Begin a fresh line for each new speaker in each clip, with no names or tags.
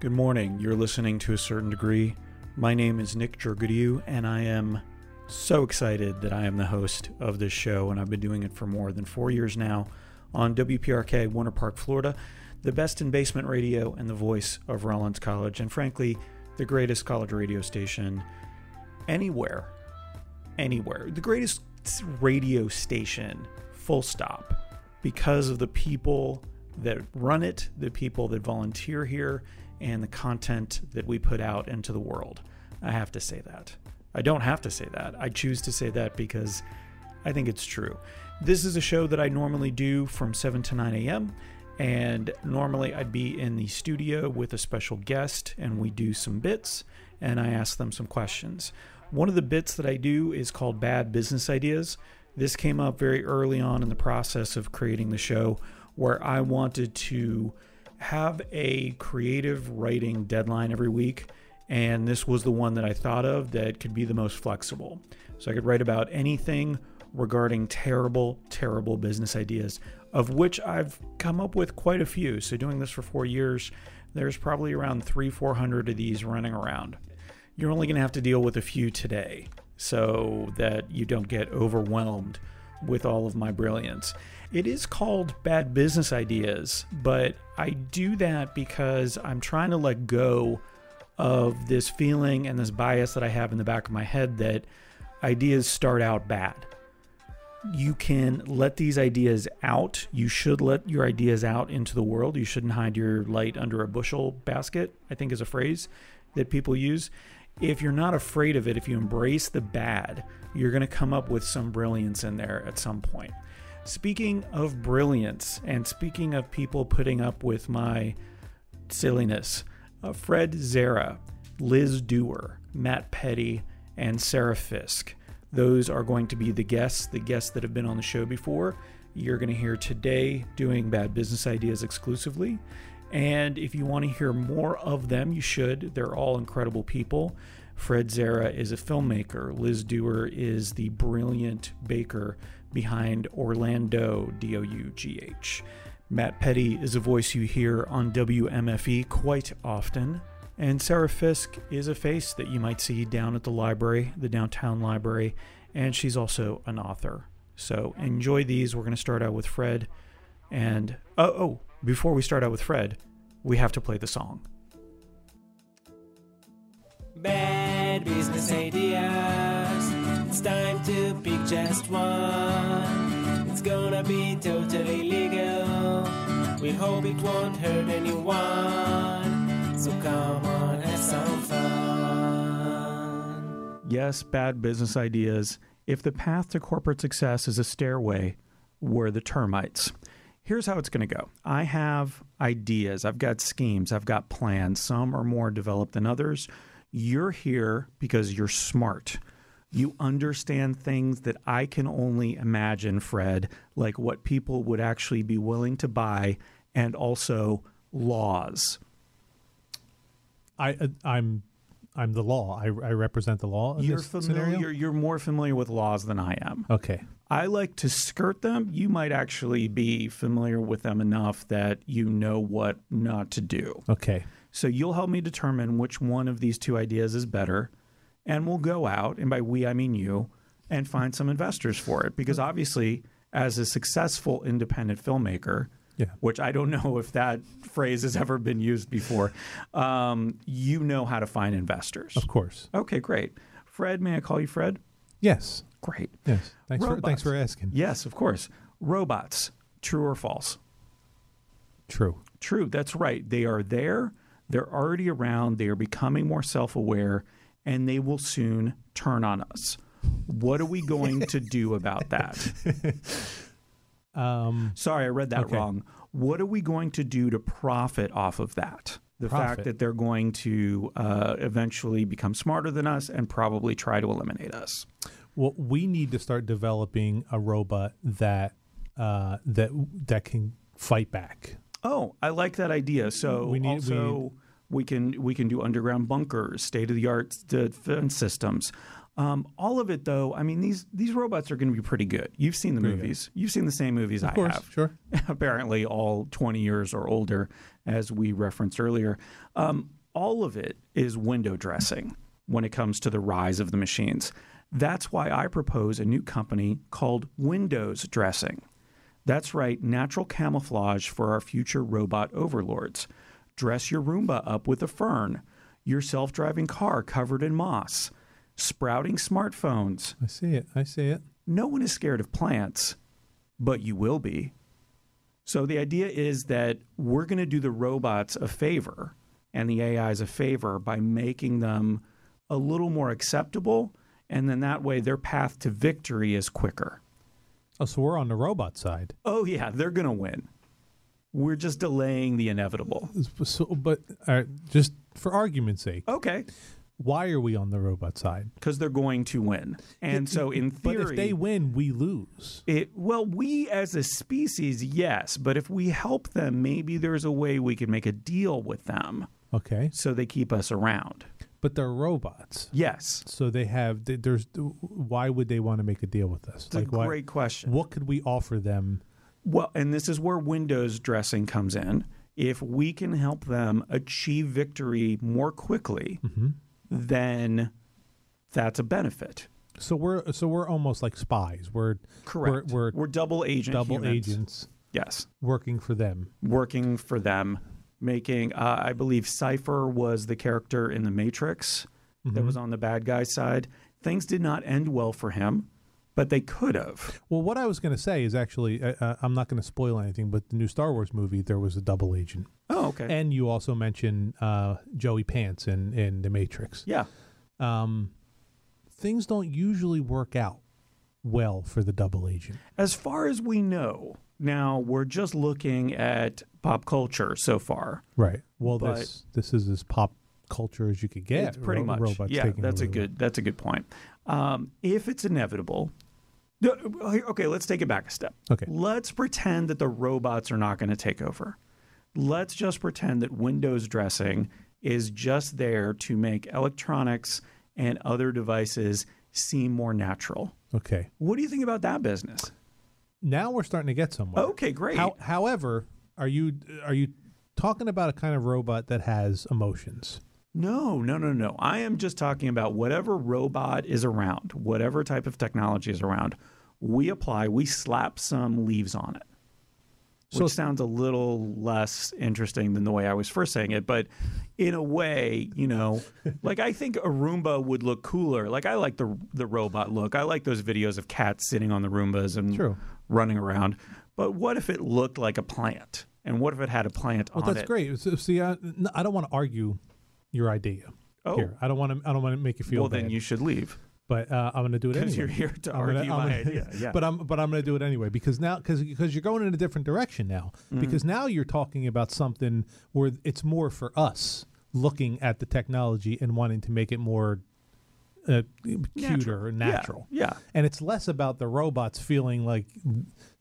Good morning. You're listening to a certain degree. My name is Nick Jurgadieu, and I am so excited that I am the host of this show, and I've been doing it for more than four years now on WPRK Winter Park, Florida, the best in basement radio and the voice of Rollins College, and frankly, the greatest college radio station anywhere. Anywhere. The greatest radio station, full stop, because of the people that run it, the people that volunteer here, and the content that we put out into the world. I have to say that. I don't have to say that. I choose to say that because I think it's true. This is a show that I normally do from 7 to 9 a.m. And normally I'd be in the studio with a special guest and we do some bits and I ask them some questions. One of the bits that I do is called Bad Business Ideas. This came up very early on in the process of creating the show where I wanted to have a creative writing deadline every week. And this was the one that I thought of that could be the most flexible. So I could write about anything regarding terrible, terrible business ideas, of which I've come up with quite a few. So doing this for four years, there's probably around three, 400 of these running around. You're only going to have to deal with a few today so that you don't get overwhelmed with all of my brilliance. It is called Bad Business Ideas, but I do that because I'm trying to let go of this feeling and this bias that I have in the back of my head that ideas start out bad. You can let these ideas out. You should let your ideas out into the world. You shouldn't hide your light under a bushel basket, I think is a phrase that people use if you're not afraid of it, if you embrace the bad, you're going to come up with some brilliance in there at some point. Speaking of brilliance, and speaking of people putting up with my silliness, uh, Fred Zara, Liz Dewar, Matt Petty, and Sarah Fisk. Those are going to be the guests, the guests that have been on the show before. You're going to hear today doing bad business ideas exclusively. And if you want to hear more of them, you should. They're all incredible people. Fred Zara is a filmmaker. Liz Dewar is the brilliant baker behind Orlando, D O U G H. Matt Petty is a voice you hear on WMFE E quite often. And Sarah Fisk is a face that you might see down at the library, the downtown library, and she's also an author. So enjoy these. We're going to start out with Fred. And oh, oh, before we start out with Fred, we have to play the song.
Bad business ideas. It's time to pick just one. It's gonna be totally legal. We hope it won't hurt anyone. So come on, have some fun.
Yes, bad business ideas. If the path to corporate success is a stairway, we're the termites here's how it's going to go I have ideas, I've got schemes, I've got plans. Some are more developed than others. You're here because you're smart. You understand things that I can only imagine, Fred, like what people would actually be willing to buy and also laws.
I uh, I'm I'm the law. I, I represent the law. In
You're
this
familiar
scenario?
you're more familiar with laws than I am.
Okay.
I like to skirt them. You might actually be familiar with them enough that you know what not to do.
Okay.
So you'll help me determine which one of these two ideas is better, and we'll go out, and by we, I mean you, and find some investors for it. Because obviously, as a successful independent filmmaker,
Yeah.
which I don't know if that phrase has ever been used before, um, you know how to find investors.
Of course.
Okay, great. Fred, may I call you Fred?
Yes.
Great.
Yes. Thanks for
Robots.
thanks for asking.
Yes, of course. Robots, true or false?
True.
True, that's right. They are there, they're already around, they are becoming more self aware, and they will soon turn on us. What are we going to do about that?
Um.
Sorry, I read that
Okay.
wrong. What are we going to do to profit off of that? The fact
Profit.
that they're going to uh, eventually become smarter than us and probably try to eliminate us.
Well, we need to start developing a robot that uh that that can fight back.
Oh, I like that idea. So
We need- we
also we, can we can do underground bunkers, state of the art defense systems. Um, all of it, though, I mean these these robots are going to be pretty good. You've seen the
Pretty good.
movies. You've seen the same movies I
Of course,
have
sure.
apparently all 20 years or older, as we referenced earlier. Um, all of it is window dressing when it comes to the rise of the machines. That's why I propose a new company called Windows Dressing. That's right, natural camouflage for our future robot overlords. Dress your Roomba up with a fern, your self driving car covered in moss, sprouting smartphones.
I see it. I see it.
No one is scared of plants, but you will be. So the idea is that we're going to do the robots a favor and the AIs a favor by making them a little more acceptable. And then that way their path to victory is quicker.
Oh, so we're on the robot side.
Oh, yeah, they're going to win. We're just delaying the inevitable.
So, but uh, just for argument's sake,
Okay,
why are we on the robot side?
because they're going to win. And so, in theory,
but if they win, we lose.
It well, we as a species, yes, but if we help them, maybe there's a way we can make a deal with them
Okay,
so they keep us around.
but they're robots,
Yes,
so they have. th- There's why would they want to make a deal with us?
it's a
why?
great question.
What could we offer them?
Well, and this is where Windows dressing comes in. If we can help them achieve victory more quickly,
Mm-hmm.
then that's a benefit.
So we're so we're almost like spies. We're
Correct.
We're, we're
double agent.
double
humans.
agents
Yes.
working for them.
working for them, making. Uh, I believe Cipher was the character in the Matrix that was on the bad guy side. Things did not end well for him, but they could have.
Well, what I was going to say is actually, uh, uh, I'm not going to spoil anything, but the new Star Wars movie, there was a double agent.
Oh, okay.
And you also mentioned uh, Joey Pants in, in The Matrix.
yeah,
Um, things don't usually work out well for the double agent.
as far as we know now, we're just looking at pop culture so far.
Right. Well,
But-
this this is as pop culture as you could get.
it's pretty
Ro-
much.
robots
yeah,
taking
that's a
over the world.
good. That's a good point. Um, if it's inevitable. No, Okay, let's take it back a step.
Okay.
Let's pretend that the robots are not going to take over. Let's just pretend that Windows dressing is just there to make electronics and other devices seem more natural.
Okay.
What do you think about that business?
Now we're starting to get somewhere.
Okay, great.
How, however, are you are you talking about a kind of robot that has emotions?
No, no, no, no. I am just talking about whatever robot is around, whatever type of technology is around. We apply, we slap some leaves on it. Which
So-
sounds a little less interesting than the way I was first saying it, but in a way, you know, like I think a Roomba would look cooler. Like I like the the robot look. I like those videos of cats sitting on the Roombas and
True.
running around. But what if it looked like a plant? And what if it had a plant
Well,
on it?
that's great. So, see, I, n- I don't want to argue your idea
Oh.
here. I don't want to. I don't want to make you feel
Well,
bad.
then you should leave.
but uh, I'm going to do it
Because
anyway.
you're here to
I'm gonna-
argue
I'm
my
gonna-
idea. Yeah.
But I'm but I'm going to do it anyway because now because because you're going in a different direction now
Mm-hmm.
because now you're talking about something where it's more for us looking at the technology and wanting to make it more uh, cuter and
Yeah,
natural.
Yeah.
And it's less about the robots feeling like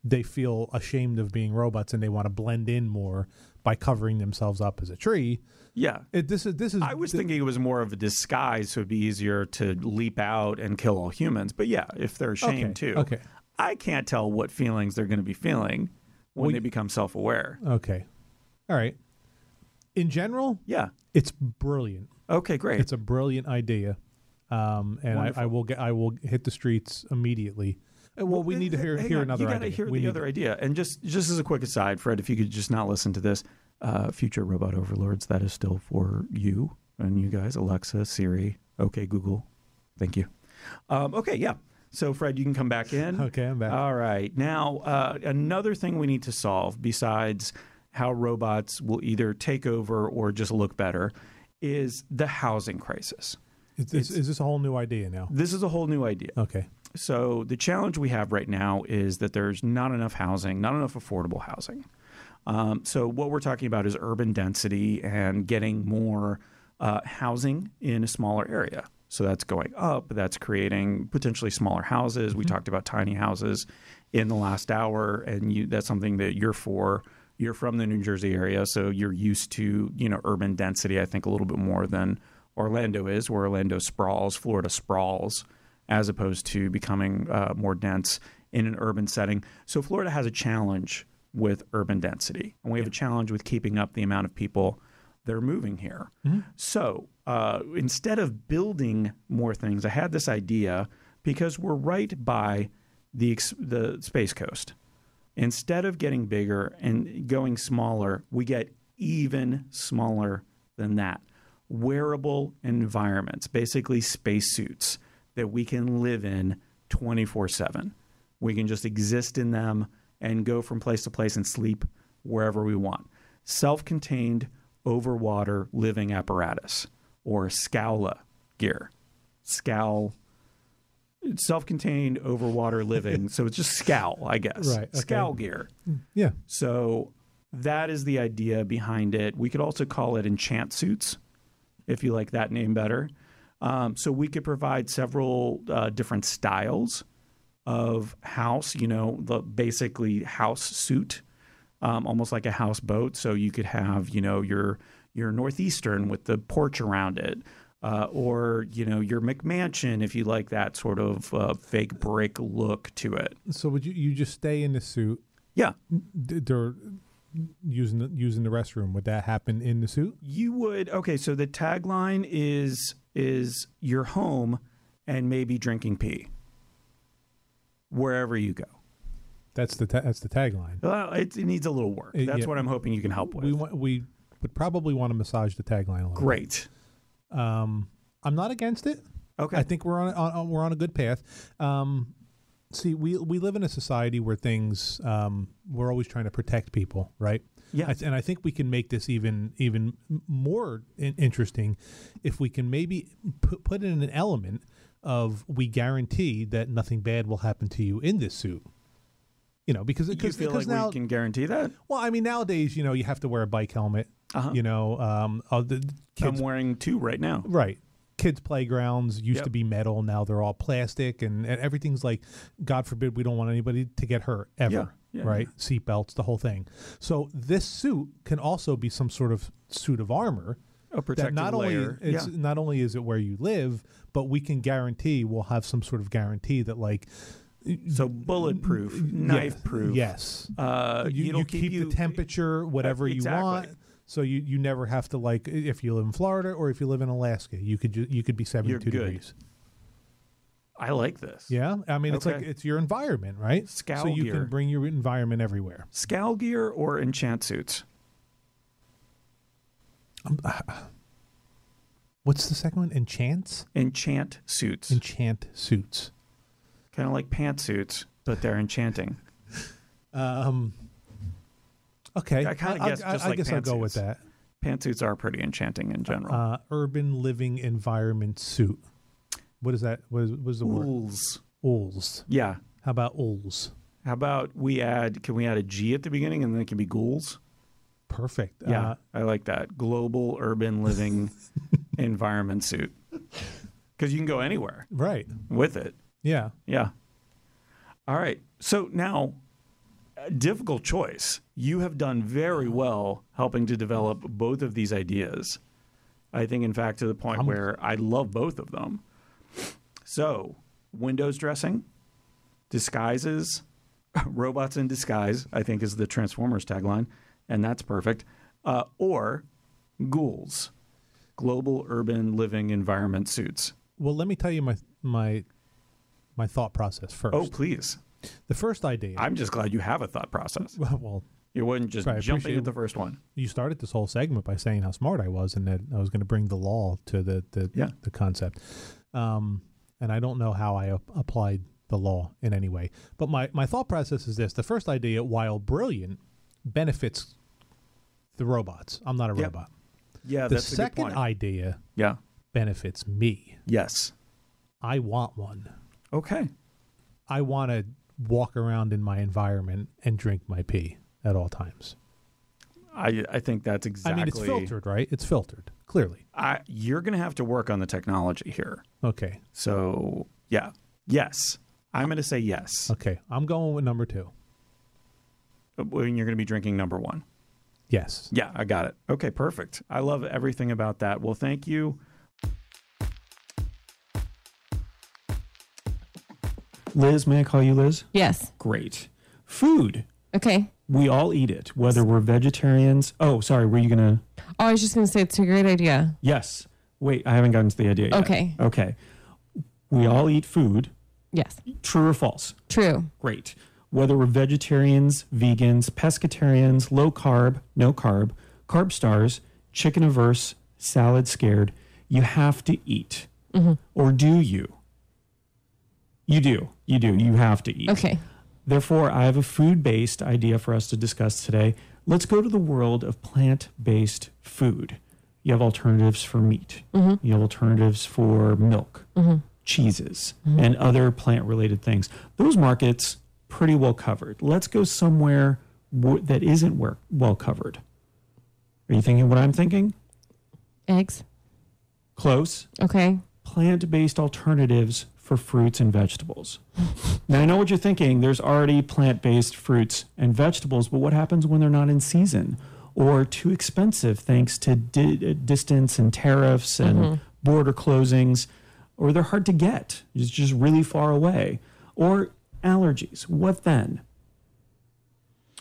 they feel ashamed of being robots and they want to blend in more by covering themselves up as a tree.
Yeah.
It, this is this is
I was thinking it was more of a disguise, so it'd be easier to leap out and kill all humans. But yeah, if they're ashamed
Okay,
too.
okay.
I can't tell what feelings they're going to be feeling when
Well,
they
you-
become self aware.
okay. All right. In general,
Yeah.
it's brilliant.
Okay, great.
It's a brilliant idea, um, and I, I
Wonderful.
will get. I will hit the streets immediately. Uh, Well, we need to hear
eh, Hang
hear
on,
another
you gotta
idea.
hear
we
the
need-
other idea. And just just as a quick aside, Fred, if you could just not listen to this, uh, future robot overlords, that is still for you and you guys, Alexa, Siri, okay, Google. Thank you. Um, okay, yeah. So, Fred, you can come back in.
Okay, I'm back.
All right. Now, uh, another thing we need to solve besides how robots will either take over or just look better is the housing crisis.
is, this, is this a whole new idea now?
This is a whole new idea.
Okay.
So the challenge we have right now is that there's not enough housing, not enough affordable housing. Um, so what we're talking about is urban density and getting more uh, housing in a smaller area. So that's going up. That's creating potentially smaller houses. We talked about tiny houses in the last hour, and you, that's something that you're for. You're from the New Jersey area, so you're used to you know urban density. I think a little bit more than Orlando is, where Orlando sprawls, Florida sprawls as opposed to becoming uh, more dense in an urban setting. So Florida has a challenge with urban density, and we have a challenge with keeping up the amount of people that are moving here. So uh, instead of building more things, I had this idea because we're right by the ex- the Space Coast. Instead of getting bigger and going smaller, we get even smaller than that. Wearable environments, basically spacesuits that we can live in 24 7. We can just exist in them and go from place to place and sleep wherever we want. Self contained overwater living apparatus or SCALA gear. SCAL self-contained overwater living. so it's just scowl, I guess.
Right, okay.
Scowl gear.
Yeah.
So that is the idea behind it. We could also call it enchant suits, if you like that name better. Um, so we could provide several uh, different styles of house. You know, the basically house suit, um, almost like a houseboat. So you could have, you know, your your northeastern with the porch around it. Uh, or you know your McMansion, if you like that sort of uh, fake brick look to it.
So would you you just stay in the suit?
Yeah,
D- dur- using the, using the restroom would that happen in the suit?
you would okay so the tagline is is your home and maybe drinking pee wherever you go
That's the ta- that's the tagline.
well it, it needs a little work
Uh,
that's
yeah.
what i'm hoping you can help with
We want we would probably want to massage the tagline a little.
great
bit. Um, I'm not against it.
okay
I think we're on, on, on we're on a good path. Um, see, we we live in a society where things um, we're always trying to protect people, right?
Yeah.
I th- and I think we can make this even even m- more in- interesting if we can maybe put put in an element of we guarantee that nothing bad will happen to you in this suit. You know, because
you
because
feel
because
like
now,
we can guarantee that
well, I mean, nowadays, you know, you have to wear a bike helmet.
Uh-huh.
You know, um, uh, the
i'm
kids
wearing two right now
Right. Kids' playgrounds used
Yep.
to be metal. Now they're all plastic, and, and everything's like, God forbid, we don't want anybody to get hurt ever.
Yeah, yeah,
right? Seatbelts, the whole thing. So this suit can also be some sort of suit of armor
a
that
protective
not
layer
only it's
yeah.
not only is it where you live, but we can guarantee we'll have some sort of guarantee that like
so bulletproof knife proof
Yes,
uh,
you,
it'll
you keep,
you uh,
the temperature whatever
exactly.
you want. So you, you never have to like i- if you live in Florida or if you live in Alaska, you could ju- you could be seventy
good.
two degrees.
i like this
Yeah, I mean it's like
Okay.
it's your environment, right?
Scowl
so you
gear.
can bring your environment everywhere.
scowl gear or enchant suits
What's the second one? Enchants,
enchant suits
enchant suits.
kind of like pantsuits but they're enchanting
Um, okay,
I kinda guess
I,
just
I
like
guess I'll go with
pantsuits.
that.
pantsuits are pretty enchanting in general.
Uh, urban living environment suit. What is that? What is, what is the word?
Ools.
Ools.
Yeah.
How about ools?
How about we add? Can we add a G at the beginning, and then it can be ghouls?
Perfect.
Yeah,
Uh,
I like that. Global urban living environment suit, because you can go anywhere
right.
with it.
Yeah.
Yeah. All right. So now, a difficult choice. You have done very well helping to develop both of these ideas. I think, in fact, to the point where I love both of them. So, windows dressing, disguises, robots in disguise, I think is the Transformers tagline, and that's perfect. Uh, or ghouls, global urban living environment suits.
Well, let me tell you my my my thought process first.
Oh, please.
The first idea.
I'm just glad you have a thought process.
well,
You wouldn't just
Right, I
jump
appreciate
into
it.
the first one.
you started this whole segment by saying how smart I was and that I was going to bring the law to the the,
Yeah.
the concept. Um, and I don't know how I ap- applied the law in any way. But my my thought process is this: the first idea, while brilliant, benefits the robots. I'm not a
Yep.
robot.
Yeah,
the second idea
yeah.
benefits me.
Yes.
I want one.
Okay.
I want to walk around in my environment and drink my pee at all times.
I I think that's exactly.
I mean, it's filtered, right? It's filtered, clearly.
I, you're going to have to work on the technology here.
Okay,
So yeah, yes. I'm going to say yes.
okay. I'm going with number two.
When you're going to be drinking number one.
Yes.
Yeah, I got it. Okay, perfect. I love everything about that. Well, thank you. Liz, may I call you Liz?
Yes.
Great. Food.
Okay.
We all eat it, whether we're vegetarians. Oh, sorry. Were you going to?
Oh, I was just going to say it's a great idea.
Yes. Wait, I haven't gotten to the idea yet.
Okay.
Okay. We all eat food.
Yes.
True or false?
True.
Great. Whether we're vegetarians, vegans, pescatarians, low carb, no carb, carb stars, chicken averse, salad scared, you have to eat. Or do you? You do. You do. You have to eat.
Okay.
Therefore, I have a food based idea for us to discuss today. Let's go to the world of plant based food. You have alternatives for meat, you have alternatives for milk, cheeses, and other plant related things. Those markets pretty well covered. Let's go somewhere w- that isn't where, well covered. Are you thinking what I'm thinking?
Eggs.
Close
Okay.
plant based alternatives for fruits and vegetables. now, I know what you're thinking. There's already plant based fruits and vegetables, but what happens when they're not in season or too expensive thanks to di- distance and tariffs and
Mm-hmm.
border closings, or they're hard to get? It's just really far away. Or allergies. What then?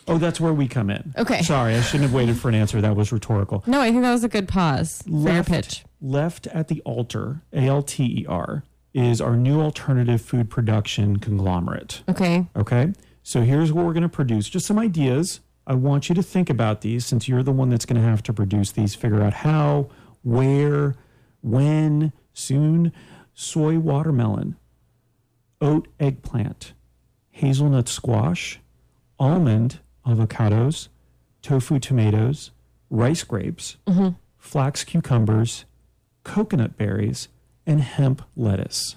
Oh, that's where we come in.
Okay.
Sorry, I shouldn't have waited for an answer. That was rhetorical
No, I think that was a good pause. Fair
left,
pitch.
left at the altar, A L T E R, is our new alternative food production conglomerate.
Okay.
Okay. So here's what we're going to produce just some ideas. I want you to think about these since you're the one that's going to have to produce these, figure out how, where, when, soon. Soy watermelon, oat eggplant, hazelnut squash, almond avocados, tofu tomatoes, rice grapes, flax cucumbers, coconut berries, and hemp lettuce.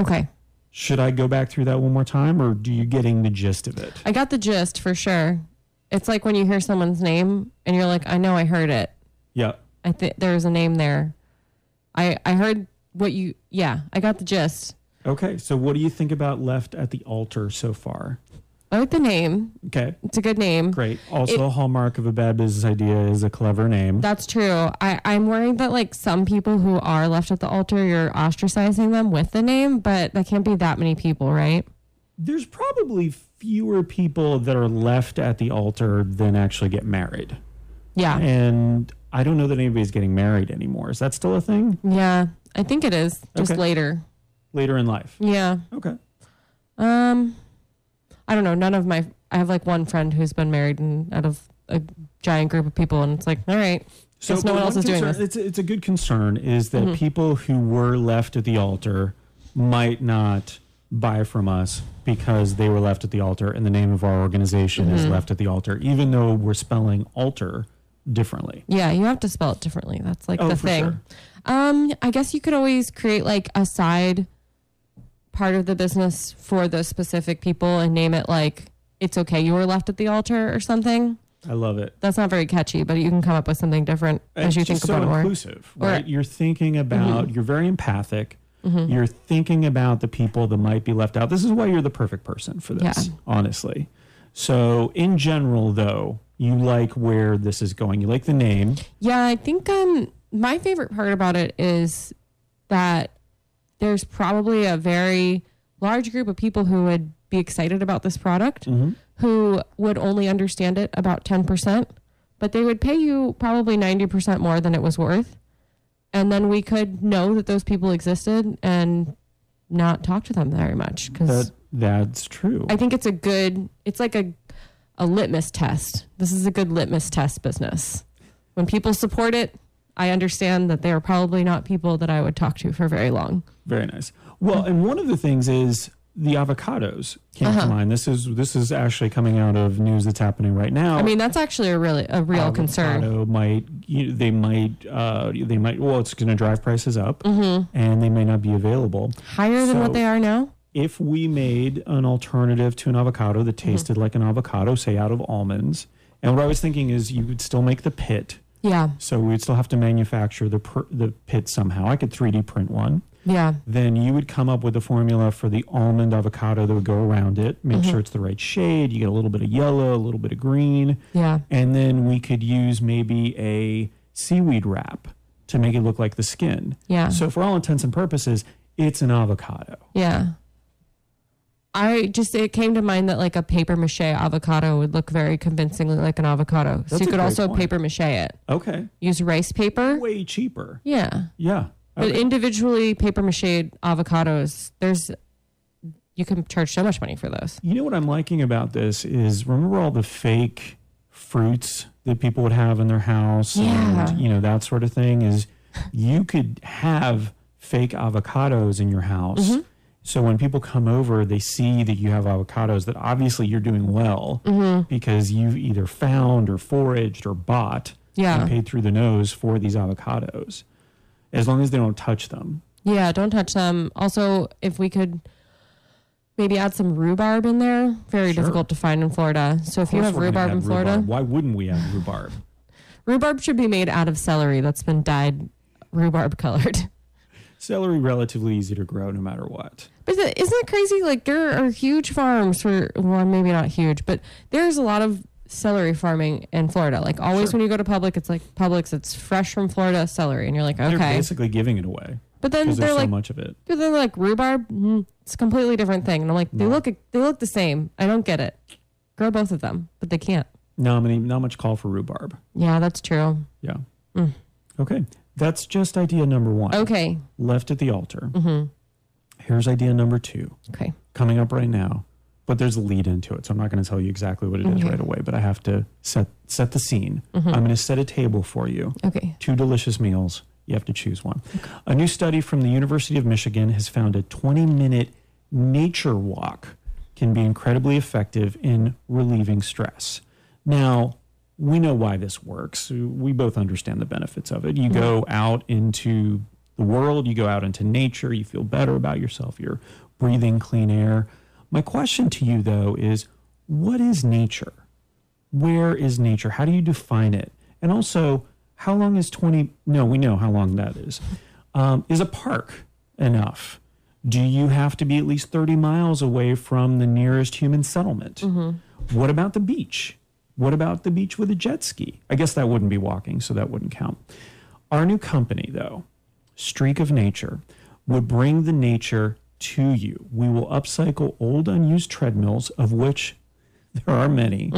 Okay.
Should I go back through that one more time, or do you getting the gist of it?
I got the gist for sure. It's like when you hear someone's name and you're like, I know I heard it.
Yeah.
I think there's a name there. I I heard what you yeah, I got the gist.
Okay. So, what do you think about left at the altar so far?
I like the name.
Okay.
It's a good name.
Great. Also, a hallmark of a bad business idea is a clever name.
That's true. I, I'm worried that like some people who are left at the altar, you're ostracizing them with the name, but that can't be that many people, right?
There's probably fewer people that are left at the altar than actually get married.
Yeah.
And I don't know that anybody's getting married anymore. Is that still a thing
Yeah. I think it is. Just
Okay.
later.
later in life?
Yeah.
Okay.
Um I don't know. None of my I have like one friend who's been married and out of a giant group of people and it's like, all right. Guess no
but
one else is doing
concern-
this. Mm-hmm.
It's, it's a good concern is that people who were left at the altar might not buy from us because they were left at the altar and the name of our organization is
Mm-hmm.
left at the altar, even though we're spelling altar differently.
Yeah, you have to spell it differently. That's like
Oh,
the
for
thing.
sure.
Um, I guess you could always create like a side part of the business for those specific people and name it like it's okay you were left at the altar or something.
I love it.
That's not very catchy, but you can come up with something different as
It's
you
just
think about
so
it more.
inclusive,
Or- Mm-hmm.
right? You're thinking about, you're very empathic. You're thinking about the people that might be left out. This is why you're the perfect person for this,
Yeah.
honestly. So, in general, though, you like where this is going. You like the name.
Yeah, I think um my favorite part about it is that there's probably a very large group of people who would be excited about this product who would only understand it about 10%, but they would pay you probably 90% more than it was worth. And then we could know that those people existed and not talk to them very much cuz
That that's true.
I think it's a good it's like a a litmus test. This is a good litmus test business. When people support it, I understand that they are probably not people that I would talk to for very long.
Very nice. Well, and one of the things is the avocados came
Uh-huh.
to mind. This is this is actually coming out of news that's happening right now.
I mean, that's actually a really a real concern.
Avocado might you, they might uh, they might well it's going to drive prices up and they may not be available.
Mm-hmm. Higher than
So-
what they are now?
If we made an alternative to an avocado that tasted like an avocado, say out of almonds, and what I was thinking is you would still make the pit,
Yeah.
so we'd still have to manufacture the per, the pit somehow. I could 3D print one.
Yeah.
then you would come up with a formula for the almond avocado that would go around it, make sure it's the right shade. You get a little bit of yellow, a little bit of green.
Yeah.
And then we could use maybe a seaweed wrap to make it look like the skin.
Yeah.
So, for all intents and purposes, it's an avocado.
Yeah. I just it came to mind that like a paper mache avocado would look very convincingly like an avocado.
That's
so
a
you could
great
also
point.
paper mache it.
Okay.
Use rice paper.
Way cheaper.
Yeah.
Yeah.
But individually paper mache avocados, there's you can charge so much money for those.
You know what I'm liking about this is remember all the fake fruits that people would have in their house
Yeah.
and you know that sort of thing is you could have fake avocados in your house.
Mm-hmm.
So when people come over, they see that you have avocados that obviously you're doing well
Mm-hmm.
because you've either found or foraged or bought
Yeah.
and paid through the nose for these avocados. As long as they don't touch them.
Yeah, don't touch them. Also, if we could maybe add some rhubarb in there, very
Sure.
difficult to find in Florida. So if
Of
you
course
have
we're gonna
rhubarb in Florida,
rhubarb.
rhubarb.
Why wouldn't we have rhubarb?
should be made out of celery that's been dyed rhubarb colored.
Celery relatively easy to grow no matter what.
But is it- isn't it crazy? Like there are huge farms for well, maybe not huge, but there's a lot of celery farming in Florida. Like always,
Sure.
when you go to Public, it's like Publix. It's fresh from Florida celery, and you're like,
They're
okay.
basically giving it away
But then
because
they're
there's so
like,
much of it.
but then they're like rhubarb. Mm, it's a completely different thing. And I'm like, they
No.
look they look the same. I don't get it. Grow both of them, but they can't.
Not many, not much call for rhubarb.
Yeah, that's true.
Yeah. Okay, that's just idea number one.
Okay. Mm-hmm.
Left at the altar. Here's idea number two
Okay.
coming up right now, but there's a lead into it, so I'm not going to tell you exactly what it is
Okay.
right away. But I have to set set the scene. I'm going to set a table for you.
Mm-hmm. Okay.
two delicious meals. You have to choose one. A new study from the University of Michigan has found a 20 minute nature walk can be incredibly effective in relieving stress. Now, we know why this works. We both understand the benefits of it. You go out into the world, you go out into nature, you feel better about yourself, you're breathing clean air. My question to you, though, is what is nature? where is nature? How do you define it? And also, how long is 20? No, we know how long that is. Um, is a park enough? Do you have to be at least 30 miles away from the nearest human settlement? What about the beach? What about the beach with a jet ski? I guess that wouldn't be walking, so that wouldn't count. Our new company, though, Streak of Nature, would bring the nature to you. We will upcycle old, unused treadmills, of which there are many.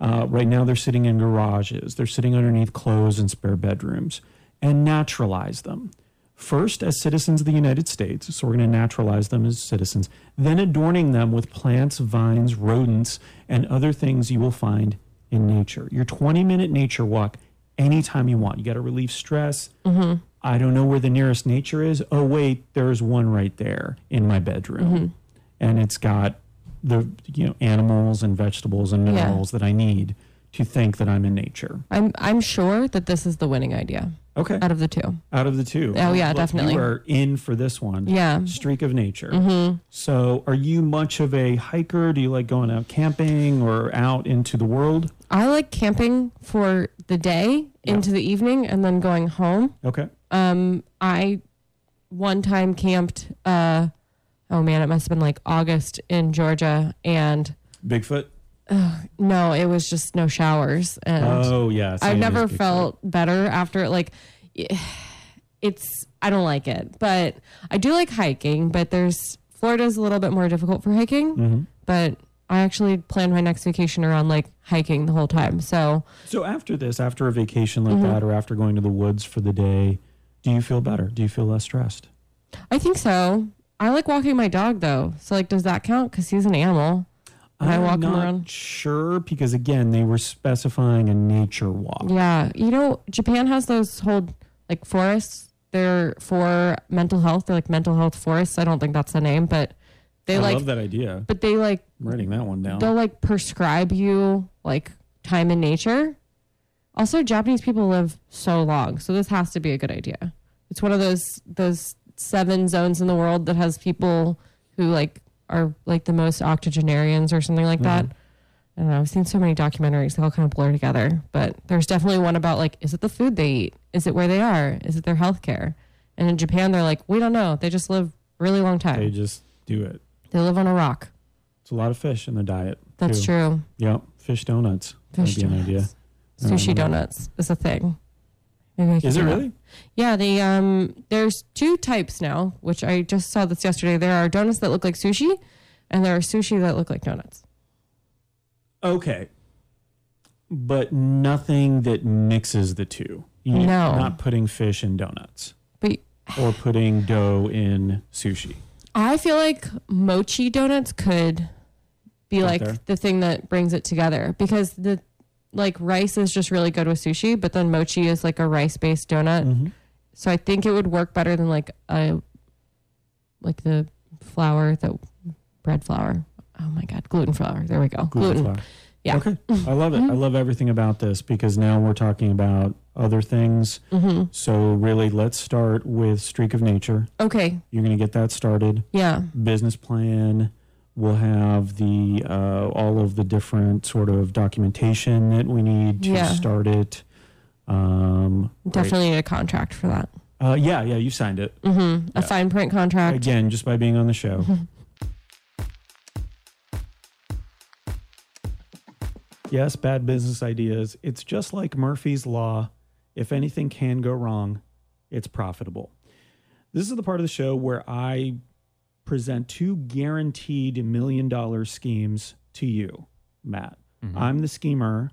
Uh, right now, they're sitting in garages, they're sitting underneath clothes and spare bedrooms, and naturalize them. First, as citizens of the United States, so we're going to naturalize them as citizens, then adorning them with plants, vines, rodents, and other things you will find in nature. Your 20 minute nature walk anytime you want. You got to relieve stress. I don't know where the nearest nature is. Oh, wait, there's one right there in my bedroom.
Mm-hmm.
And it's got the you know animals and vegetables and
Yeah.
minerals that I need to think that I'm in nature.
I'm I'm sure that this is the winning idea
Okay.
out of the two.
Out of the two.
Oh, yeah, Uh, definitely.
You are in for this one.
Yeah. Mm-hmm.
Streak of nature. So, are you much of a hiker? Do you like going out camping or out into the world?
I like camping for the day into the evening and then going home.
Okay.
Um, I one time camped. Uh, oh man, it must have been like August in Georgia, and
Bigfoot?
no, it was just no showers, and
Oh, yeah.
I've
same as
never
Bigfoot.
felt better after like. It's I don't like it, but I do like hiking. But there's Florida's a little bit more difficult for
Mm.
hiking,
Mm-hmm.
but. I actually planned my next vacation around like hiking the whole time. So
So, after this, after a vacation
Mm-hmm.
like that, or after going to the woods for the day, do you feel better? Do you feel less stressed?
I think so. I like walking my dog though. So like, does that count? Because he's an animal. And I
I'm
walk him
not
around.
Sure, because again, they were specifying a nature walk.
Yeah, you know, Japan has those whole like forests. They're for mental health. They're like mental health forests. I don't think that's the name, but they
I
like,
love that idea.
but they like,
I'm writing that one down.
they'll like prescribe you like time in nature. Also, Japanese people live so long, so this has to be a good idea. It's one of those those seven zones in the world that has people who like are like the most octogenarians or something like that. I don't know. I've seen so many documentaries; they all kind of blur together. But there's definitely one about like, is it the food they eat? Is it where they are? Is it their health care? And in Japan, they're like, we don't know. They just live really long time.
They just do it.
they live on a rock.
It's a lot of fish in the diet.
That's
too.
true.
Yep, fish donuts.
Fish
That'd be an idea.
donuts.
I don't
Sushi
know.
donuts is a thing. Maybe I can
Is it
do that.
really?
Yeah, they um there's two types now, which I just saw this yesterday. There are donuts that look like sushi, and there are sushi that look like donuts.
Okay. But nothing that mixes the two. You know,
No.
Not putting fish in donuts
But
or putting dough in sushi.
I feel like mochi donuts could be
Right
like
there.
the thing that brings it together because the like rice is just really good with sushi, but then mochi is like a rice based
Mm-hmm.
donut. So I think it would work better than like a like the flour that bread flour. Oh my god, gluten flour. There we go. Gluten.
flour.
Yeah.
Okay. I love it. I love everything about this because now we're talking about other things.
Mm-hmm.
So, really, let's start with Streak of Nature.
Okay.
You're going to get that started.
Yeah.
business plan. We'll have the uh, all of the different sort of documentation that we need to
Yeah.
start it. Um, great.
Definitely need a contract for that.
Uh, yeah, yeah, you signed it
Mm-hmm.
Yeah.
A fine print contract.
again just by being on the show. yes, bad business ideas. It's just like Murphy's Law. If anything can go wrong, it's profitable. This is the part of the show where I present two guaranteed million dollar schemes to you, Matt. I'm the schemer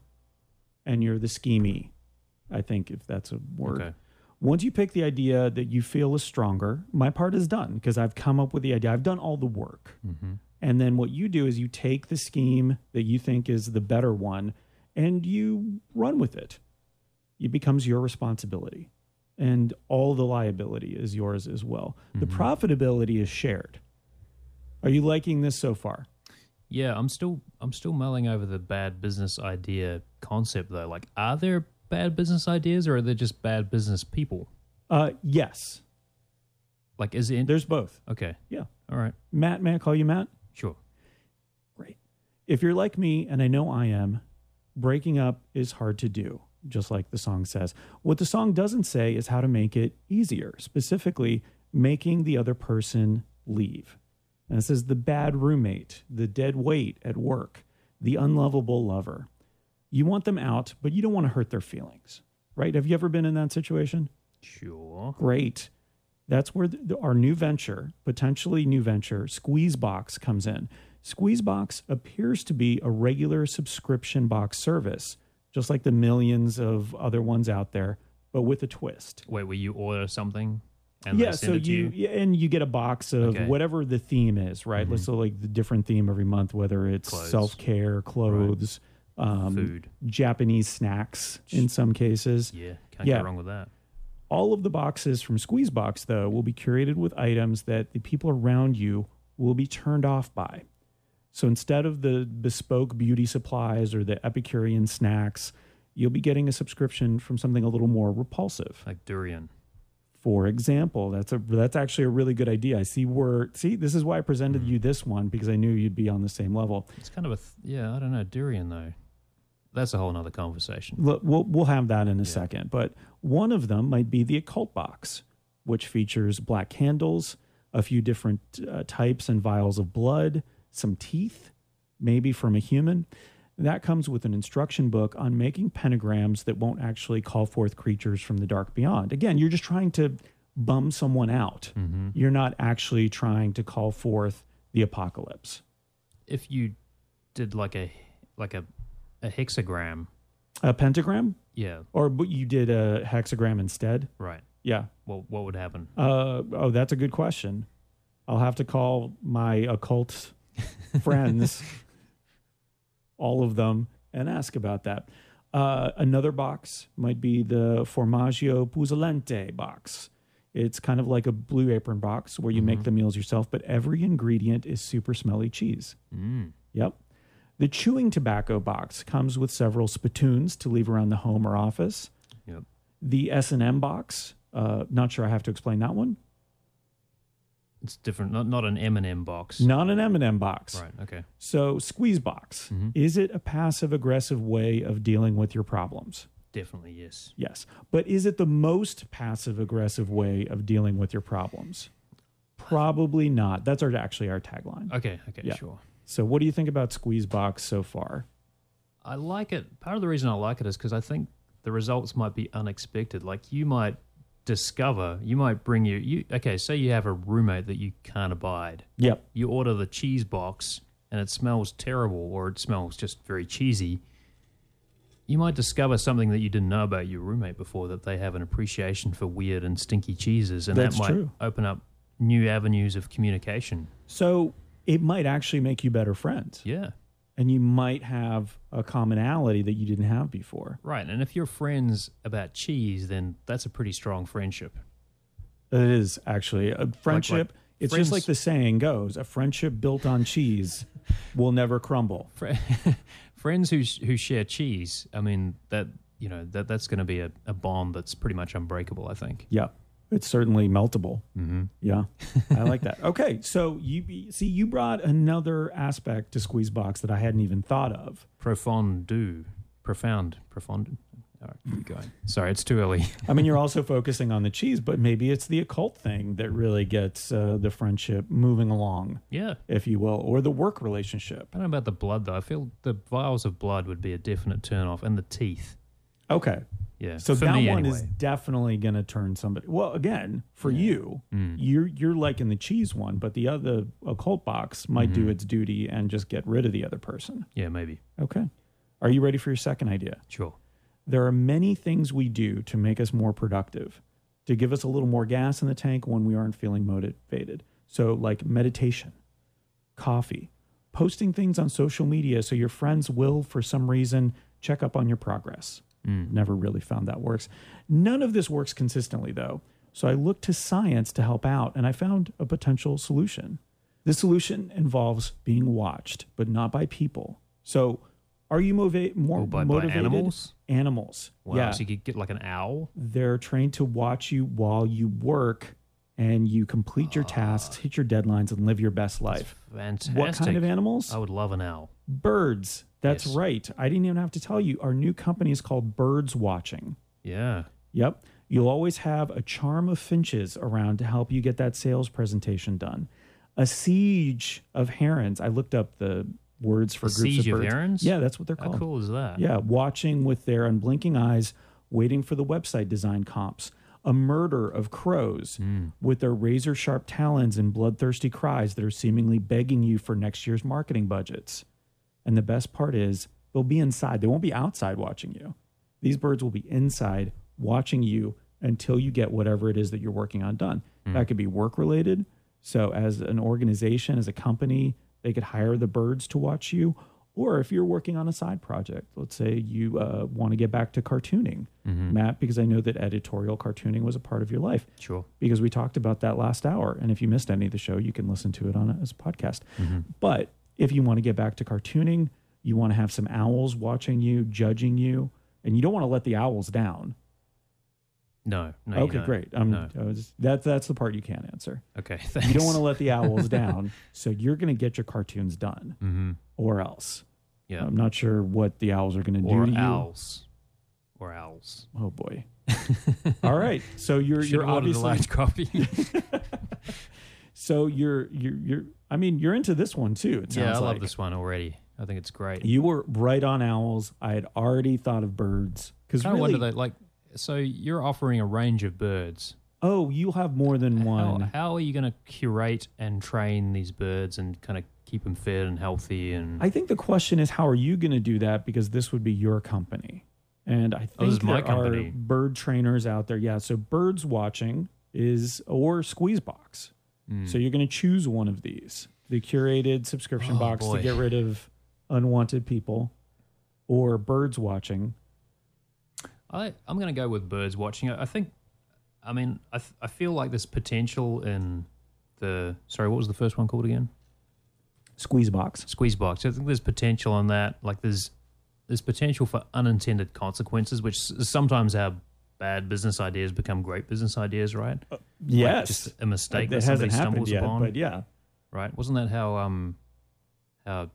and you're the schemey. I think if that's a word.
Okay.
Once you pick the idea that you feel is stronger, my part is done because I've come up with the idea. I've done all the work. And then what you do is you take the scheme that you think is the better one and you run with it. It becomes your responsibility. And all the liability is yours as well. The profitability is shared. Are you liking this so far?
Yeah, I'm still I'm still mulling over the bad business idea concept though. Like, are there bad business ideas or are there just bad business people?
Uh, yes.
Like, is it
There's both.
okay?
Yeah.
All right,
Matt, may I call you Matt?
sure.
Great. If you're like me, and I know I am, breaking up is hard to do, just like the song says. What the song doesn't say is how to make it easier, specifically, making the other person leave. And it says the bad roommate, the dead weight at work, the unlovable lover. You want them out, but you don't want to hurt their feelings, right? Have you ever been in that situation?
Sure.
great. That's where the, our new venture, potentially new venture, Squeezebox comes in. Squeezebox appears to be a regular subscription box service, just like the millions of other ones out there, but with a twist.
Wait, will you order something and
yeah,
they send
so
it to
you,
you?
yeah, and you get a box of
Okay. Mm-hmm.
whatever the theme is, right? Let's So like the different theme every month, whether it's
Clothes.
self care, clothes, um,
Food.
Japanese snacks in some cases.
Yeah, can't
yeah.
go wrong with that.
All of the boxes from Squeezebox, though, will be curated with items that the people around you will be turned off by. So instead of the bespoke beauty supplies or the Epicurean snacks, you'll be getting a subscription from something a little more repulsive.
Like durian.
For example, that's a that's actually a really good idea. I see where see this is why I presented you this one because I knew you'd be on the same level.
It's kind of a th- yeah. I don't know durian though. That's a whole nother conversation.
Look, we'll, we'll have that in a second. But one of them might be the occult box, which features black candles, a few different uh, types and vials of blood, some teeth, maybe from a human. That comes with an instruction book on making pentagrams that won't actually call forth creatures from the dark beyond. Again, you're just trying to bum someone out. You're not actually trying to call forth the apocalypse.
If you did like a like a a hexagram,
A pentagram?
yeah,
Or but you did a hexagram instead?
right.
Yeah.
What what would happen?
Uh, oh, that's a good question. I'll have to call my occult friends, all of them, and ask about that. Uh, another box might be the formaggio puzzolente box. It's kind of like a blue apron box where you make the meals yourself, but every ingredient is super smelly cheese.
Mm.
Yep. The chewing tobacco box comes with several spittoons to leave around the home or office.
Yep.
The S&M box, uh, not sure I have to explain that one.
It's different. Not not an M and M box.
Not an M&M box.
Right. Mm-hmm. Okay.
So squeeze box. Is it a passive aggressive way of dealing with your problems?
Definitely yes.
Yes. But is it the most passive aggressive way of dealing with your problems? Probably not. That's our actually our tagline.
Okay. Okay.
Yeah.
Sure.
So what do you think about squeeze box so far?
I like it. Part of the reason I like it is because I think the results might be unexpected. Like you might discover you might bring your you okay say you have a roommate that you can't abide
Yep.
you order the cheese box and it smells terrible or it smells just very cheesy, you might discover something that you didn't know about your roommate before that they have an appreciation for weird and stinky cheeses, and
That's
that might
true.
open up new avenues of communication.
So it might actually make you better friends.
Yeah.
And you might have a commonality that you didn't have before.
Right. And if you're friends about cheese, then that's a pretty strong friendship.
It is actually a friendship. it's just
friends-
like the saying goes a friendship built on cheese will never crumble.
Fri friends who sh- who share cheese, I mean that you know that that's going to be a, a bond that's pretty much unbreakable. I think.
Yeah. It's certainly meltable. Mm-hmm. Yeah. I like that. Okay. So you see, you brought another aspect to Squeezebox that I hadn't even thought of.
Profound do. Profound. Profound. All right, keep going. Sorry, it's too early.
I mean, you're also focusing on the cheese, but maybe it's the occult thing that really gets uh, the friendship moving along,
Yeah.
if you will, or the work relationship.
I don't know about the blood, though. I feel the vials of blood would be a definite turn off, and the teeth.
Okay.
Yeah.
So
for
that
me,
one
anyway.
is definitely going to turn somebody. Well, again, for you,
Mm.
you're you're liking the cheese one, but the other occult box might
Mm-hmm.
do its duty and just get rid of the other person.
Yeah, maybe.
Okay. Are you ready for your second idea?
Sure.
There are many things we do to make us more productive, to give us a little more gas in the tank when we aren't feeling motivated. So, like meditation, coffee, posting things on social media so your friends will, for some reason, check up on your progress. Never really found that works. None of this works consistently, though. So, I looked to science to help out and I found a potential solution. This solution involves being watched, but not by people. So, are you mova- more
Oh, by- by
motivated?
animals?
animals.
Wow.
yeah.
So you could get like an owl.
They're trained to watch you while you work and you complete
Ah.
your tasks, hit your deadlines, and live your best life.
Fantastic.
What kind of animals?
I would love an owl.
Birds. That's
Yes.
right. I didn't even have to tell you. Our new company is called Birds Watching.
Yeah.
Yep. You'll always have a charm of finches around to help you get that sales presentation done. A siege of herons. I looked up the words for
A
groups
siege
of
of
birds.
herons? Oh,
Yeah, that's what they're
How
called.
cool is that?
Yeah, watching with their unblinking eyes, waiting for the website design comps. A murder of crows with their razor sharp talons and bloodthirsty cries that are seemingly begging you for next year's marketing budgets. And the best part is, they'll be inside. They won't be outside watching you. These birds will be inside watching you until you get whatever it is that you're working on done. That could be work related. So, as an organization, as a company, they could hire the birds to watch you. Or if you're working on a side project, let's say you uh, want to get back to cartooning,
Mm. Mm-hmm.
Matt, because I know that editorial cartooning was a part of your life
Sure.
because we talked about that last hour. And if you missed any of the show, you can listen to it on a, as a podcast. But if you want to get back to cartooning, you want to have some owls watching you, judging you, and you don't want to let the owls down.
No. No. you
okay,
don't.
great. I'm,
No.
I was, that, that's the part you can't answer.
Okay. Thanks.
You don't want to let the owls down. So you're going to get your cartoons done
Mm-hmm.
or else.
Yeah.
I'm not sure what the owls are going to Um, do
or
to
owls. Or owls.
you. Oh, boy. All right. So you're,
Should
you're
have ordered a
obviously
large copy.
so you're you're you're I mean you're into this one too. It sounds
yeah, I
like.
love this one already. I think it's great.
You were right on owls. I had already thought of birds because
kind of
really,
wonder though, like, so you're offering a range of birds.
oh, you have more than
How,
one.
how are you going to curate and train these birds and kind of keep them fed and healthy? And
I think the question is, how are you going to do that? Because this would be your company, and I
Oh, this
think
is my
there are
company.
bird trainers out there. Yeah, so birds watching is or Squeezebox.
Hmm.
So you're going to choose one of these: the curated subscription
Oh,
box
boy.
to get rid of unwanted people, or birds watching.
I, I'm going to go with birds watching. I, I think, I mean, I, th- I feel like there's potential in the. Sorry, what was the first one called again?
Squeezebox.
Squeeze box. I think there's potential on that. Like there's there's potential for unintended consequences, which is sometimes how bad business ideas become great business ideas, right?
Uh, Yes,
just a mistake
That
that
hasn't
somebody
happened
stumbles
yet,
upon.
but yeah.
right? Wasn't that how um how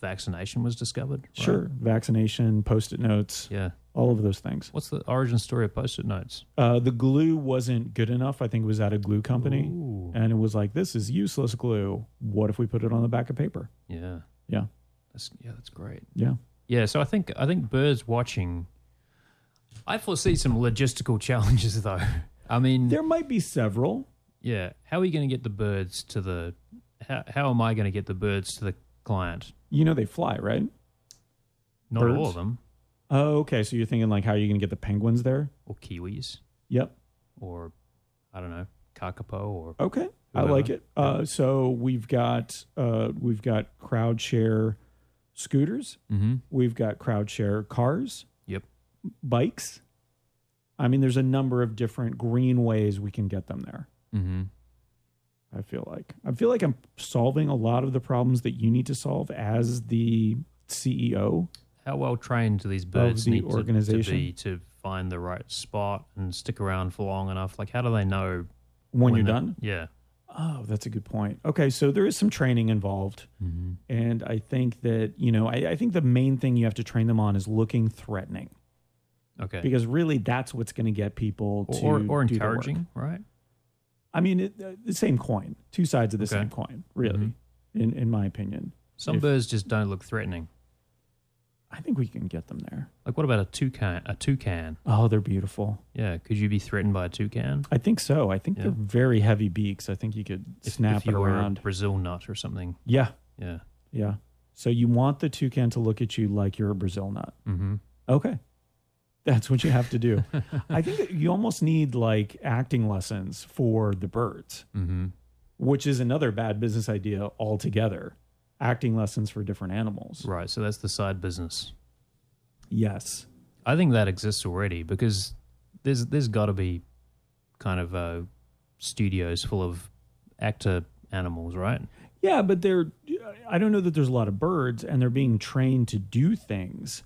vaccination was discovered? right?
Sure. Vaccination, post it notes,
Yeah.
all of those things.
What's the origin story of post-it notes?
Uh, the glue wasn't good enough. I think it was at a glue company.
Ooh.
And it was like, this is useless glue. What if we put it on the back of paper?
Yeah.
Yeah.
That's yeah, that's great.
Yeah.
Yeah, so I think I think birds watching I foresee some logistical challenges though. I mean,
There might be several.
yeah. How are you going to get the birds to the? How, how am I going to get the birds to the client?
You know they fly, right?
Not all
Birds?
of them,
Oh, okay. So you're thinking like how are you going to get the penguins there?
or kiwis,
Yep.
or I don't know, kakapo, or
Okay. I
Whatever.
like it. Uh, so we've got uh, we've got crowd share scooters.
mm-hmm.
We've got crowd share cars,
yep,
bikes. I mean, there's a number of different green ways we can get them there.
mm-hmm.
I feel like I feel like I'm solving a lot of the problems that you need to solve as the E CEO.
how well trained do these birds
the
need to-
organization?
To, be to find the right spot and stick around for long enough? Like, how do they know
When, you're
they're-
done,
Yeah,
oh, that's a good point. Okay, so there is some training involved,
mm-hmm.
and I think that you know, I, I think the main thing you have to train them on is looking threatening,
okay,
because really that's what's going to get people to
or, or, or
do their work.
encouraging, right?
I mean, it, uh, the same coin, two sides of the
Okay. Mm-hmm.
same coin, really, in in my opinion.
Some
If-
birds just don't look threatening.
I think we can get them there.
Like, what about a toucan? A toucan?
Oh, they're beautiful.
Yeah, could you be threatened by a toucan?
I think so. I think
Yeah.
they're very heavy beaks. I think you could
If-
snap
if you
it
were a
around.
Brazil nut or something.
Yeah,
Yeah.
yeah. So you want the toucan to look at you like you're a Brazil nut.
Mm-hmm.
Okay. That's what you have to do. I think that you almost need like acting lessons for the birds,
Mm-hmm.
which is another bad business idea altogether. Acting lessons for different animals.
Right. So that's the side business.
Yes.
I think that exists already because there's there's got to be kind of uh, studios full of actor animals, right?
Yeah, but they're, I don't know that there's a lot of birds and they're being trained to do things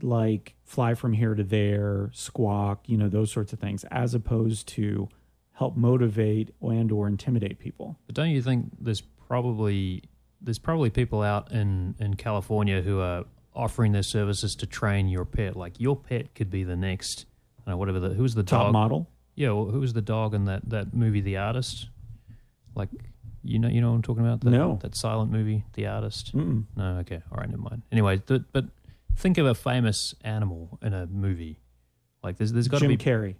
like fly from here to there, squawk, you know, those sorts of things, as opposed to help motivate and or intimidate people.
But don't you think there's probably there's probably people out in in California who are offering their services to train your pet. Like your pet could be the next, I don't know, whatever the who's the
Top
dog?
model.
Yeah, well, who was the dog in that that movie, The Artist? Like, you know, you know what I'm talking about? That,
No.
that silent movie, The Artist.
Mm-mm.
No, okay, all right, never mind. Anyway, th- but think of a famous animal in a movie. Like, there's there's got to
Jim
be
Carrey.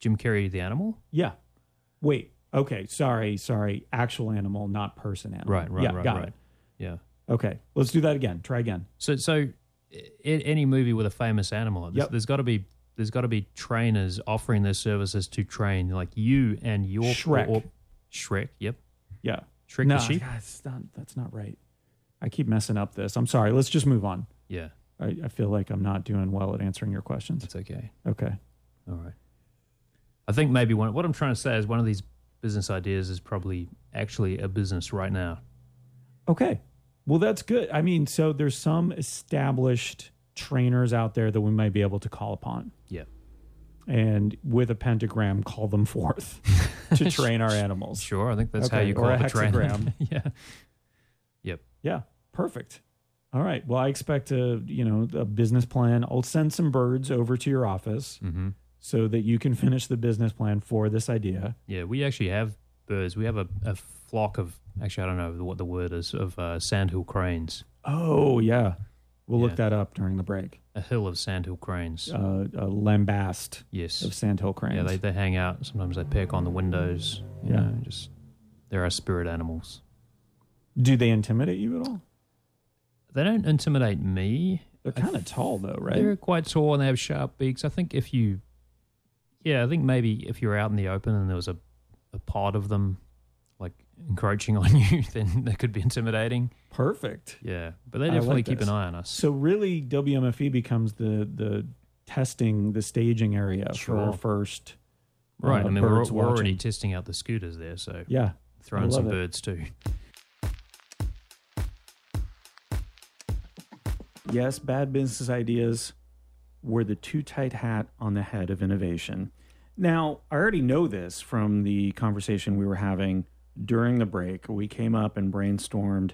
Jim Carrey, the animal.
Yeah. Wait. Okay. Sorry. Sorry. Actual animal, not person animal.
Right, right,
yeah,
right,
got
right.
It.
Yeah.
Okay. Let's do that again. Try again.
So so, i- any movie with a famous animal, there's,
Yep.
there's got to be there's got to be trainers offering their services to train like you and your
Shrek.
Or, Shrek. Yep.
Yeah.
Shrek
no,
the sheep.
God, it's not, that's not right. I keep messing up this. I'm sorry. Let's just move on.
Yeah,
I, I feel like I'm not doing well at answering your questions.
that's okay.
Okay.
All right. I think maybe one, what I'm trying to say is one of these business ideas is probably actually a business right now.
Okay. Well, that's good. I mean, so there's some established trainers out there that we might be able to call upon.
Yeah.
And with a pentagram, call them forth to train our animals.
Sure. I think that's how
Okay,
you
or
call
a
it. the train.
hexagram.
yeah. Yep.
Yeah, perfect. All right. Well, I expect a you know a business plan. I'll send some birds over to your office
Mm-hmm.
so that you can finish the business plan for this idea.
Yeah. We actually have birds. We have a, a flock of, actually, I don't know what the word is, of uh, sandhill cranes,
Oh yeah, we'll
Yeah.
look that up during the break.
a hill of sandhill cranes.
Uh, a lambast
yes.
of sandhill cranes.
Yeah. They, they hang out. Sometimes they peck on the windows. You
Yeah.
Know, just, they're our spirit animals.
Do they intimidate you at all?
They don't intimidate me.
They're
I
kind of tall though, right?
They're quite tall and they have sharp beaks. I think if you, yeah, I think maybe if you're out in the open and there was a, a pod of them, like encroaching on you, then that could be intimidating.
Perfect.
Yeah, but they
I
definitely
like
keep
this.
an eye on us.
So really, WMFE E becomes the the testing the staging area for our
Sure.
first. uh,
right. I mean, we're,
birds
we're already
watching.
testing out the scooters there, so
yeah. I
throwing
love
some
it.
birds too.
Yes, bad business ideas were the too tight hat on the head of innovation. Now, I already know this from the conversation we were having during the break. We came up and brainstormed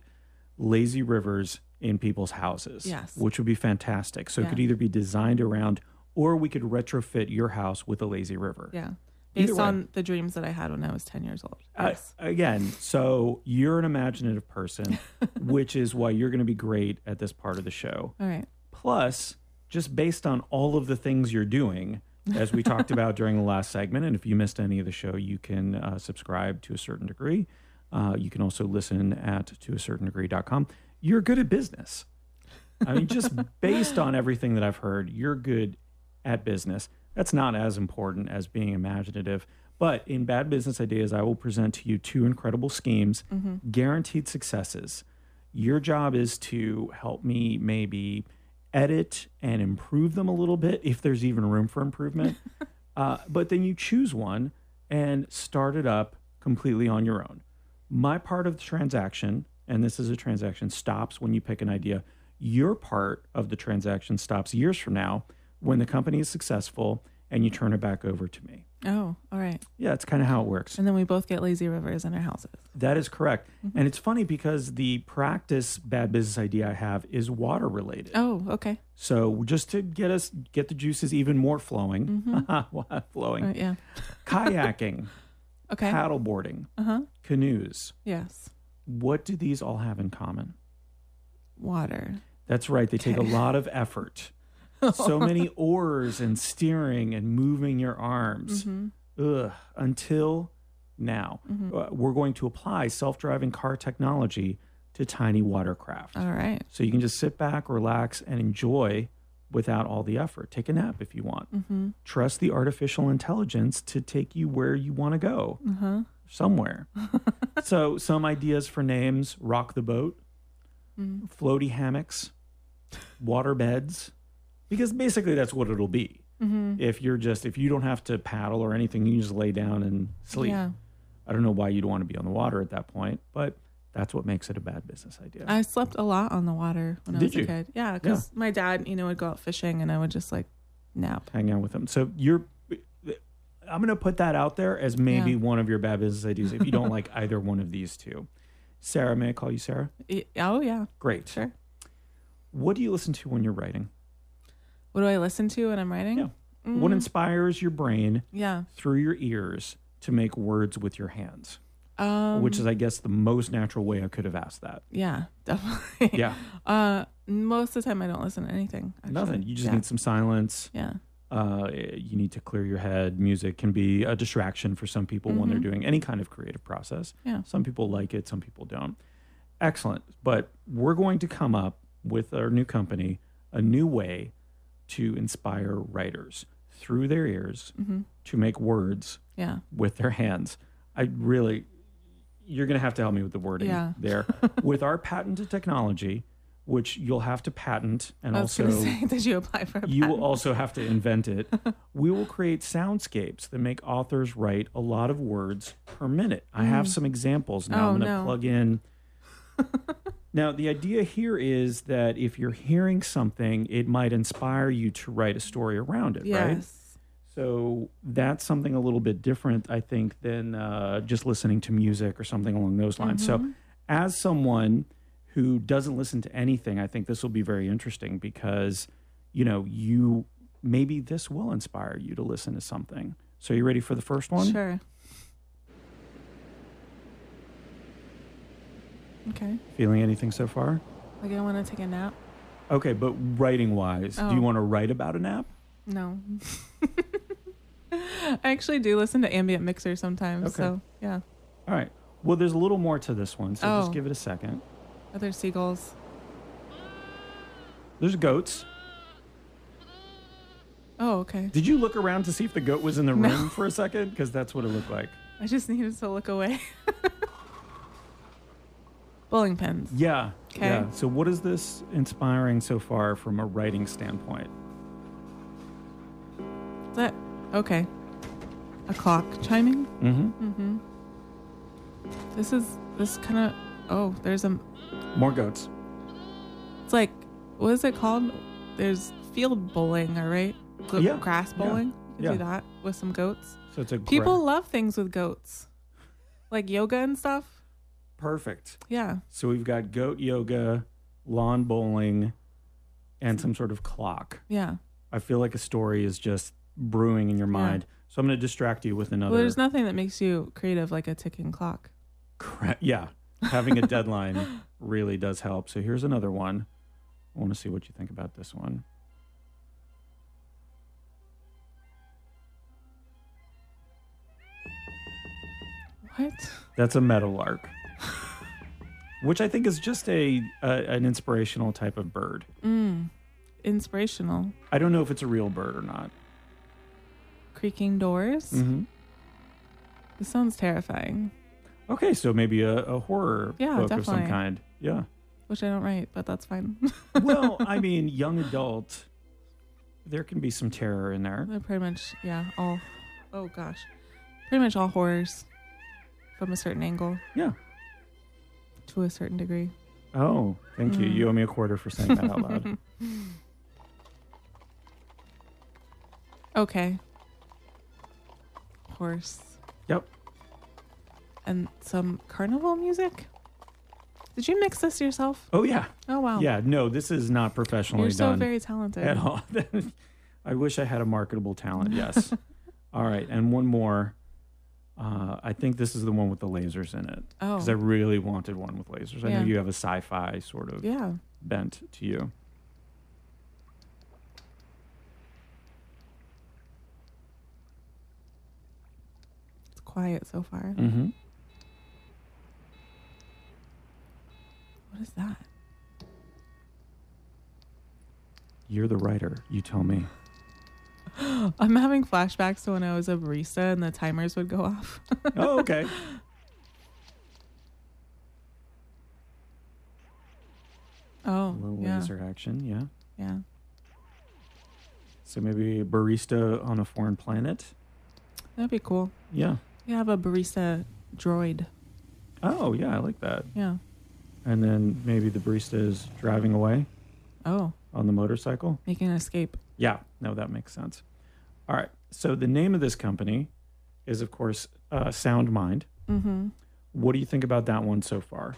lazy rivers in people's houses,
Yes.
which would be fantastic. So it could either be designed around or we could retrofit your house with a lazy river.
Yeah.
Either
Based
way.
on the dreams that I had when I was 10 years old.
I- Uh, again, so you're an imaginative person, which is why you're going to be great at this part of the show.
All right.
Plus, just based on all of the things you're doing, as we talked about during the last segment. And if you missed any of the show, you can uh, subscribe to a certain degree. Uh, you can also listen at to a certain degree.com. You're good at business. I mean, just based on everything that I've heard, you're good at business. That's not as important as being imaginative. But in Bad Business Ideas, I will present to you two incredible schemes, guaranteed successes. Your job is to help me maybe edit and improve them a little bit if there's even room for improvement. uh, but then you choose one and start it up completely on your own. My part of the transaction, and this is a transaction, stops when you pick an idea. Your part of the transaction stops years from now when the company is successful and you turn it back over to me.
Oh, all right.
Yeah, that's kind of how it works.
And then we both get lazy rivers in our houses.
That is correct. And it's funny because the practice bad business idea I have is water related.
Oh, okay.
So just to get us get the juices even more flowing, flowing,
All Mm-hmm. right, yeah.
kayaking,
Okay.
paddleboarding,
Uh huh.
canoes.
Yes.
What do these all have in common?
Water.
That's right. They take a lot of effort. so many oars and steering and moving your arms.
Mm-hmm.
Ugh, until now,
Mm-hmm.
Uh, we're going to apply self-driving car technology to tiny watercraft.
All right.
So you can just sit back, relax, and enjoy without all the effort. Take a nap if you want. Trust the artificial intelligence to take you where you want to go,
Uh-huh.
somewhere. so, some ideas for names rock the boat, floaty hammocks, water beds, because basically that's what it'll be. If you're just, if you don't have to paddle or anything, you just lay down and sleep.
Yeah.
I don't know why you'd want to be on the water at that point, but that's what makes it a bad business idea.
I slept a lot on the water when I
Did
was
you?
a kid. Yeah, because my dad, you know, would go out fishing and I would just like nap.
hang out with them. So you're, I'm going to put that out there as maybe
Yeah.
one of your bad business ideas if you don't like either one of these two. Sarah, may I call you Sarah?
Y- Oh, yeah.
Great.
Sure.
What do you listen to when you're writing?
What do I listen to when I'm writing? Mm,
Yeah. What inspires your brain
Yeah.
through your ears to make words with your hands?
Um,
Which is, I guess, the most natural way I could have asked that.
yeah, definitely.
Yeah.
Uh, most of the time I don't listen to anything. actually.
Nothing. You just
yeah.
need some silence.
Yeah.
Uh, you need to clear your head. Music can be a distraction for some people when they're doing any kind of creative process.
Mm-hmm. Yeah.
Some people like it, some people don't. Excellent. But we're going to come up with our new company a new way to inspire writers through their ears to make words
Mm-hmm. Yeah.
with their hands. I really, you're going to have to help me with the wording
Yeah.
there. with our patented technology, which you'll have to patent and
I was
also
going to say, did you apply for a
you will
patent?
also have to invent it. we will create soundscapes that make authors write a lot of words per minute. I have some examples now.
Mm. Oh,
I'm going to
no.
plug in. now, the idea here is that if you're hearing something, it might inspire you to write a story around it, right?
Yes.
So that's something a little bit different, I think, than uh, just listening to music or something along those lines.
Mm-hmm.
So, as someone who doesn't listen to anything, I think this will be very interesting because, you know, you maybe this will inspire you to listen to something. So, you ready for the first one?
Sure. Okay.
Feeling anything so far?
Like I want to take a nap.
Okay, but writing wise, do
Oh.
you want to write about an app?
No. I actually do listen to ambient mixer sometimes.
Okay.
So yeah.
All right. Well, there's a little more to this one, so just
Oh.
give it a second.
Other seagulls.
There's goats.
Oh, okay.
Did you look around to see if the goat was in the room for a second? Because that's what it looked like.
I just needed to look away. Bowling pins.
Yeah.
'Kay.
Yeah. So, what is this inspiring so far from a writing standpoint?
Is that okay? A clock chiming.
Mm-hmm.
This is this kind of. Oh, there's a.
More goats.
It's like what is it called? There's field bowling, all right? Gl-
Yeah.
Grass
Yeah.
bowling. You can
Yeah.
do that with some goats.
So it's a
People
gra-
love things with goats, like yoga and stuff.
perfect.
Yeah.
So we've got goat yoga, lawn bowling, and some sort of clock.
Yeah.
I feel like a story is just brewing in your mind. So I'm going to distract you with another.
Well, there's nothing that makes you creative like a ticking clock.
Correct. Yeah. Having a deadline really does help. So here's another one. I want to see what you think about this one.
What?
That's a meadowlark, which I think is just a, a an inspirational type of bird.
Mm. Inspirational.
I don't know if it's a real bird or not.
Creaking doors.
hmm
This sounds terrifying,
Okay, so maybe a, a horror
Yeah,
book of some
definitely.
kind. Yeah.
which I don't write, but that's fine.
Well, I mean, young adult, there can be some terror in there.
They're pretty much, yeah, all. Oh gosh, pretty much all horrors from a certain angle
Yeah.
to a certain degree.
Oh, thank you.
Mhm.
You owe me a quarter for saying that out loud.
Okay. Horse.
Yep.
And some carnival music. Did you mix this yourself?
Oh yeah,
Oh wow.
yeah. No, this is not professionally
You're so
done
very talented.
at all. I wish I had a marketable talent. Yes. all right, and one more. Uh, I think this is the one with the lasers in it
Oh.
because I really wanted one with lasers. I
Yeah.
know you have a sci-fi sort of
yeah.
bent to you.
It's quiet so far.
Mm-hmm.
What is that?
You're the writer. You tell me.
I'm having flashbacks to when I was a barista and the timers would go off.
Oh, okay.
Oh.
little
yeah.
laser action. Yeah.
Yeah.
So maybe a barista on a foreign planet.
That'd be cool.
Yeah.
You have a barista droid.
Oh, yeah. I like that.
Yeah.
And then maybe the barista is driving away
Oh,
on the motorcycle.
making an escape.
Yeah, no, that makes sense. All right. So the name of this company is, of course, uh, Sound Mind.
Mm-hmm.
What do you think about that one so far?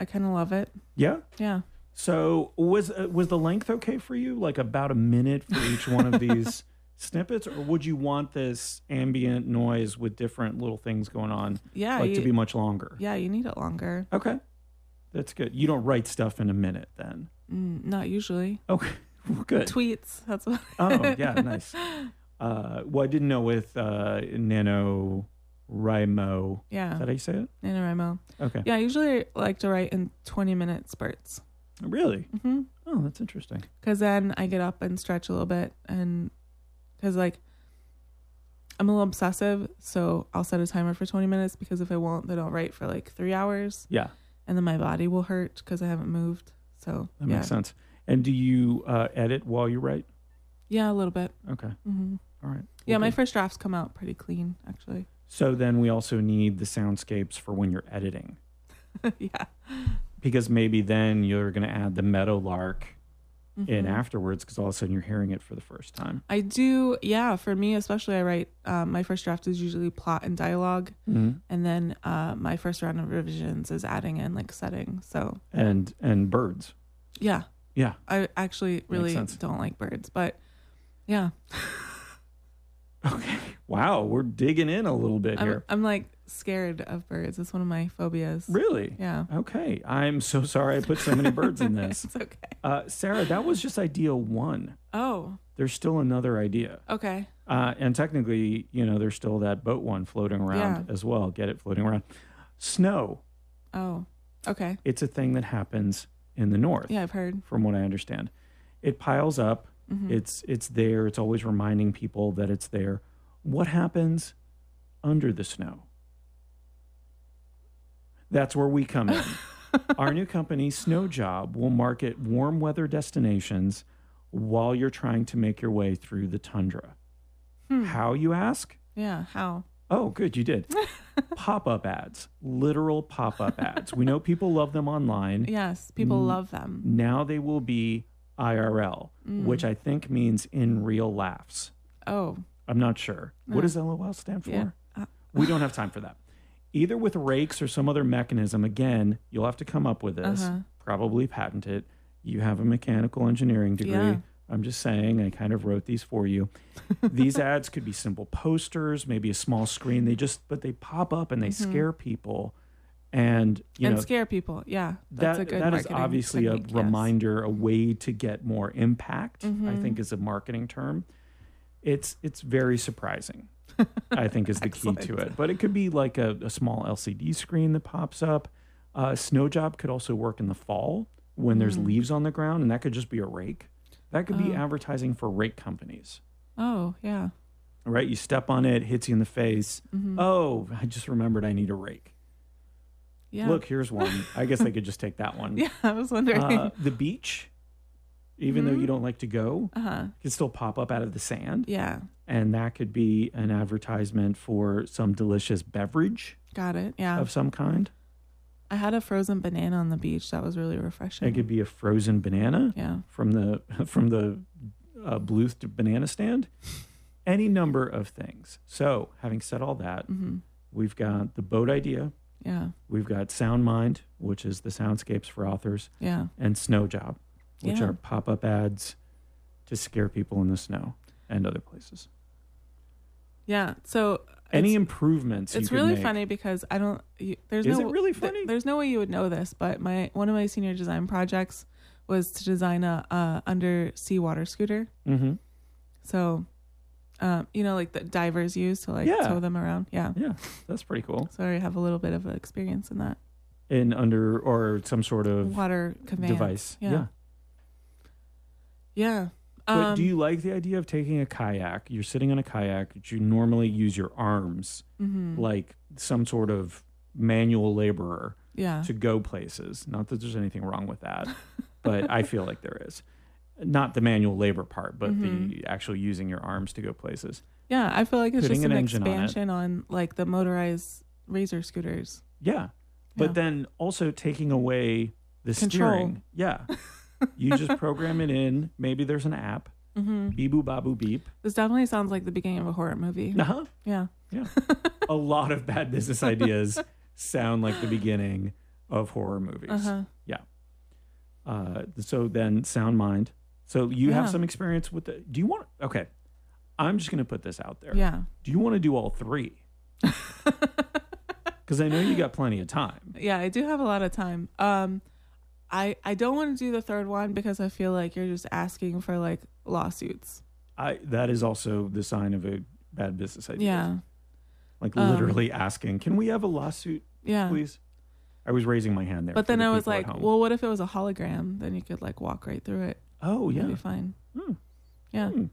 I kind of love it.
Yeah.
Yeah.
So was uh, was the length okay for you? Like about a minute for each one of these snippets, or would you want this ambient noise with different little things going on,
Yeah.
like
you,
to be much longer?
yeah, you need it longer.
Okay, that's good. You don't write stuff in a minute, then.
Mm, not usually.
Okay, well, good.
Tweets. That's what.
Oh yeah, nice. Uh, well, I didn't know with uh, Nano Rimo. Is
Yeah.
that how you say it?
NaNoWriMo.
Okay.
Yeah, I usually like to write in 20 minute spurts.
Really?
Mm-hmm.
Oh, that's interesting.
Because then I get up and stretch a little bit. And because, like, I'm a little obsessive. So I'll set a timer for 20 minutes because if I won't, then I'll write for like three hours.
Yeah,
And then my body will hurt because I haven't moved. So
that
yeah.
makes sense. And do you uh, edit while you write?
Yeah, a little bit.
Okay.
Mm-hmm.
All right.
Yeah,
Well,
my
good.
first drafts come out pretty clean, actually.
So then we also need the soundscapes for when you're editing,
yeah.
because maybe then you're going to add the meadowlark in
Mm-hmm.
afterwards, because all of a sudden you're hearing it for the first time.
I do, yeah. For me, especially, I write um, my first draft is usually plot and dialogue,
Mm-hmm.
and then uh, my first round of revisions is adding in like setting. So
And and birds.
yeah,
Yeah.
I actually really
sense.
don't like birds, but yeah,
Okay. Wow, we're digging in a little bit
I'm,
here.
I'm like scared of birds. It's one of my phobias.
Really?
Yeah,
Okay. I'm so sorry I put so many birds in this.
it's okay.
Uh, Sarah, that was just idea one.
Oh,
There's still another idea.
okay.
Uh, and technically, you know, there's still that boat one floating around as well. Get it floating around. Snow,
Oh, okay.
it's a thing that happens in the north,
Yeah, I've heard. Mm-hmm.
from what I understand. It piles up.
Mm.
It's it's there. It's always reminding people that it's there. What happens under the snow? That's where we come in. Our new company, Snow Job, will market warm weather destinations while you're trying to make your way through the tundra. How you ask?
Hmm. Yeah, how?
Oh, good, you did. pop up ads, literal pop up ads. We know people love them online.
Yes, people
Mm.
love them.
Now they will be IRL, which I think means in real laughs.
Oh,
I'm not sure. What does LOL stand for?
yeah. Uh,
We don't have time for that. Either with rakes or some other mechanism. Again, you'll have to come up with this,
Uh-huh.
probably patent it. You have a mechanical engineering degree.
Yeah.
I'm just saying, I kind of wrote these for you. these ads could be simple posters, maybe a small screen. They just, but they pop up and they scare people. And, you
Mm-hmm. and
know,
scare people. Yeah,
that
that's a good.
that is
marketing
obviously
technique,
a
yes.
reminder, a way to get
Mm-hmm.
more impact. I think is a marketing term. It's it's very surprising. I think is the key to
Excellent.
it. But it could be like a, a small LCD screen that pops up. Uh, snow job could also work in the fall when there's
Mm.
leaves on the ground, and that could just be a rake. That could be
Oh.
advertising for rake companies,
Oh yeah.
right? You step on it, hits you in the face.
Mhm.
Oh, I just remembered I need a rake.
yeah.
Look, here's one. I guess I could just take that one.
Yeah, I was wondering.
Uh,
Uh
the beach, even though you don't like to go,
huh.
can still pop up out of the sand,
Uh-huh. Yeah.
and that could be an advertisement for some delicious beverage
Got it. Yeah.
of some kind.
I had a frozen banana on the beach. That was really refreshing.
It could be a frozen banana
yeah.
from the from the uh, Bluth banana stand. Any number of things. So, having said all that,
hmm
we've got the boat idea,
Yeah.
we've got Sound Mind, which is the soundscapes for authors,
Yeah.
and Snow Job, which
Yeah.
are pop up ads to scare people in the snow and other places.
Yeah. So
Any
it's,
improvements? you
it's
could
really
make-
funny because I don't. You, there's
Is
no.
it really
th-
funny?
there's no way you would know this, but my one of my senior design projects was to design a uh, undersea water scooter.
Mhm.
So, um, you know, like the divers use to like
Yeah.
tow them around. Yeah.
Yeah, that's pretty cool.
So I already have a little bit of experience in that
In under or some sort of
water command
device.
Yeah.
yeah.
Yeah.
But do
Um,
you like the idea of taking a kayak? You're sitting on a kayak, but you normally use your arms
mhm.
like some sort of manual laborer
Yeah.
to go places. Not that there's anything wrong with that, but I feel like there is. Not the manual labor part, but
Mm-hmm.
the actual using your arms to go places.
Yeah, I feel like it's
Putting
just
an
an,
engine on it.
expansion on, like the motorized razor scooters.
Yeah. But
Yeah.
then also taking away the
Control.
steering. Yeah. you just program it in. Maybe there's an app.
Mm-hmm.
Beeboo babu beep.
This definitely sounds like the beginning of a horror movie.
Uh huh.
Yeah.
Yeah. a lot of bad business ideas sound like the beginning of horror movies.
Uh huh.
Uh, so then sound mind. So you have
Yeah.
some experience with the do you want okay. I'm just gonna put this out there.
Yeah.
Do you want to do all three? Because I know you got plenty of time.
Yeah, I do have a lot of time. Um I I don't want to do the third one because I feel like you're just asking for like lawsuits.
I that is also the sign of a bad business idea.
Yeah.
Like
Um,
literally asking, can we have a lawsuit,
Yeah.
please? I was raising my hand there.
But
for
then
the
I was
people at
like,
home.
well, what if it was a hologram? Then you could like walk right through it.
oh
It'd
yeah,
be fine.
Hmm.
Yeah.
Hmm.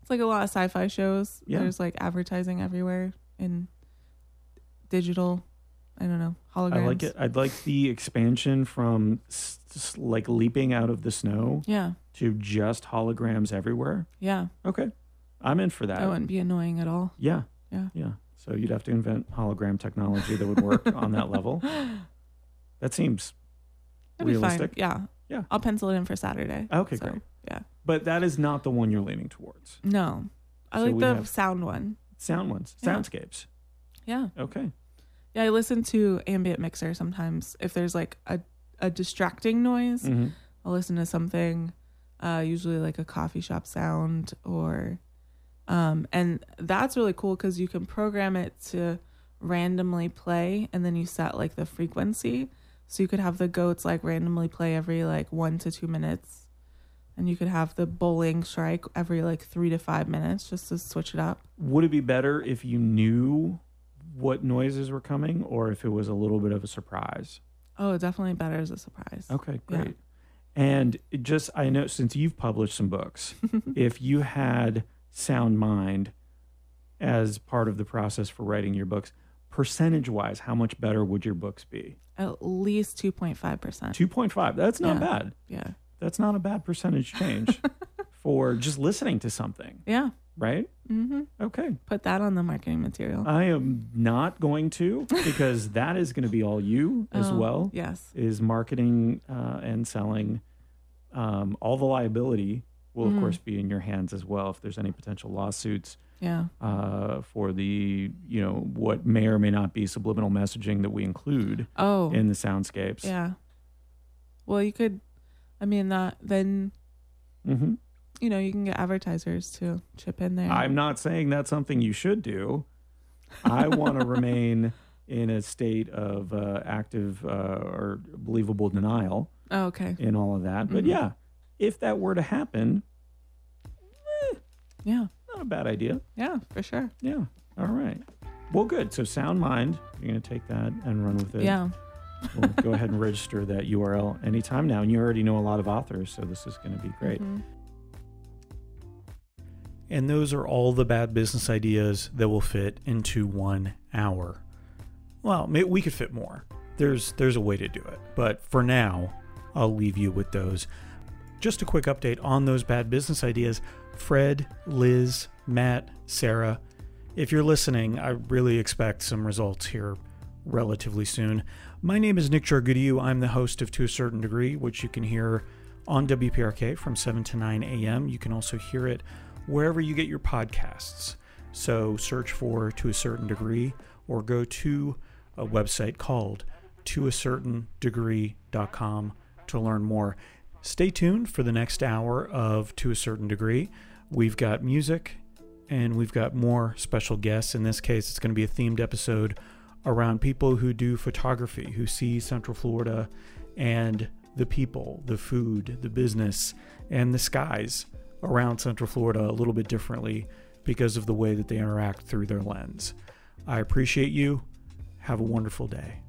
It's like a lot of sci-fi shows.
Yeah.
There's like advertising everywhere and digital. I don't know holograms.
I like it. I'd like the expansion from s- s- like leaping out of the snow
Yeah,
to just holograms everywhere.
yeah.
Okay, I'm in for that.
That wouldn't be annoying at all.
yeah,
Oh, Yeah.
yeah. So you'd have to invent hologram technology that would work on that level. That seems
That'd
realistic.
be fine. Yeah,
Yeah.
I'll pencil it in for Saturday.
Okay,
So,
great.
Yeah.
But that is not the one you're leaning towards.
No, I
So
like
we
the
have-
sound one.
Sound ones,
Yeah.
soundscapes.
Yeah,
Okay.
yeah. I listen to ambient mixer sometimes if there's like a a distracting noise.
Mhm.
I'll listen to something, uh, usually like a coffee shop sound or, um, and that's really cool because you can program it to randomly play and then you set like the frequency. So you could have the goats like randomly play every like one to two minutes. And you could have the bowling strike every like three to five minutes just to switch it up.
Would it be better if you knew what noises were coming, or if it was a little bit of a surprise?
Oh, definitely better as a surprise.
Okay,
Yeah.
great. And it just I know since you've published some books, if you had Sound Mind as part of the process for writing your books, percentage wise, how much better would your books be?
At least 2.5%.
Two point five. That's not
Uh. Yeah.
bad.
Yeah.
That's not a bad percentage change for just listening to something,
Yeah.
right?
Mm-hmm.
Okay.
Put that on the marketing material.
I am not going to because that is going to be all you as
Oh,
well.
Yes.
is marketing uh, and selling. Um, all the liability will, of
Mm.
course, be in your hands as well. If there's any potential lawsuits
Yeah.
uh, for the, you know, what may or may not be subliminal messaging that we include
Oh.
in the soundscapes.
Yeah. Well, you could. I mean, that then
hmm
you know you can get advertisers to chip in there.
I'm not saying that's something you should do. I want to remain in a state of uh, active uh, or believable denial
Oh, okay.
in all of that. But
Mhm.
yeah, if that were to happen,
Yeah.
not a bad idea.
Yeah, for sure.
Yeah. All right. Well, good. So sound mind. You're going to take that and run with it.
Yeah.
We'll go ahead and register that URL anytime now. And you already know a lot of authors, so this is going to be great.
Mhm.
And those are all the bad business ideas that will fit into one hour. Well, may we could fit more. There's there's a way to do it, but for now, I'll leave you with those. Just a quick update on those bad business ideas. Fred, Liz, Matt, Sarah, if you're listening, I really expect some results here relatively soon. My name is Nick Jargudiu. I'm the host of To a Certain Degree, which you can hear on WPRK from 7 to 9 a.m. You can also hear it wherever you get your podcasts. So search for To a Certain Degree or go to a website called toacertaindegree.com to learn more. Stay tuned for the next hour of To a Certain Degree. We've got music and we've got more special guests. In this case, it's going to be a themed episode around people who do photography, who see Central Florida and the people, the food, the business, and the skies around Central Florida a little bit differently because of the way that they interact through their lens. I appreciate you. Have a wonderful day.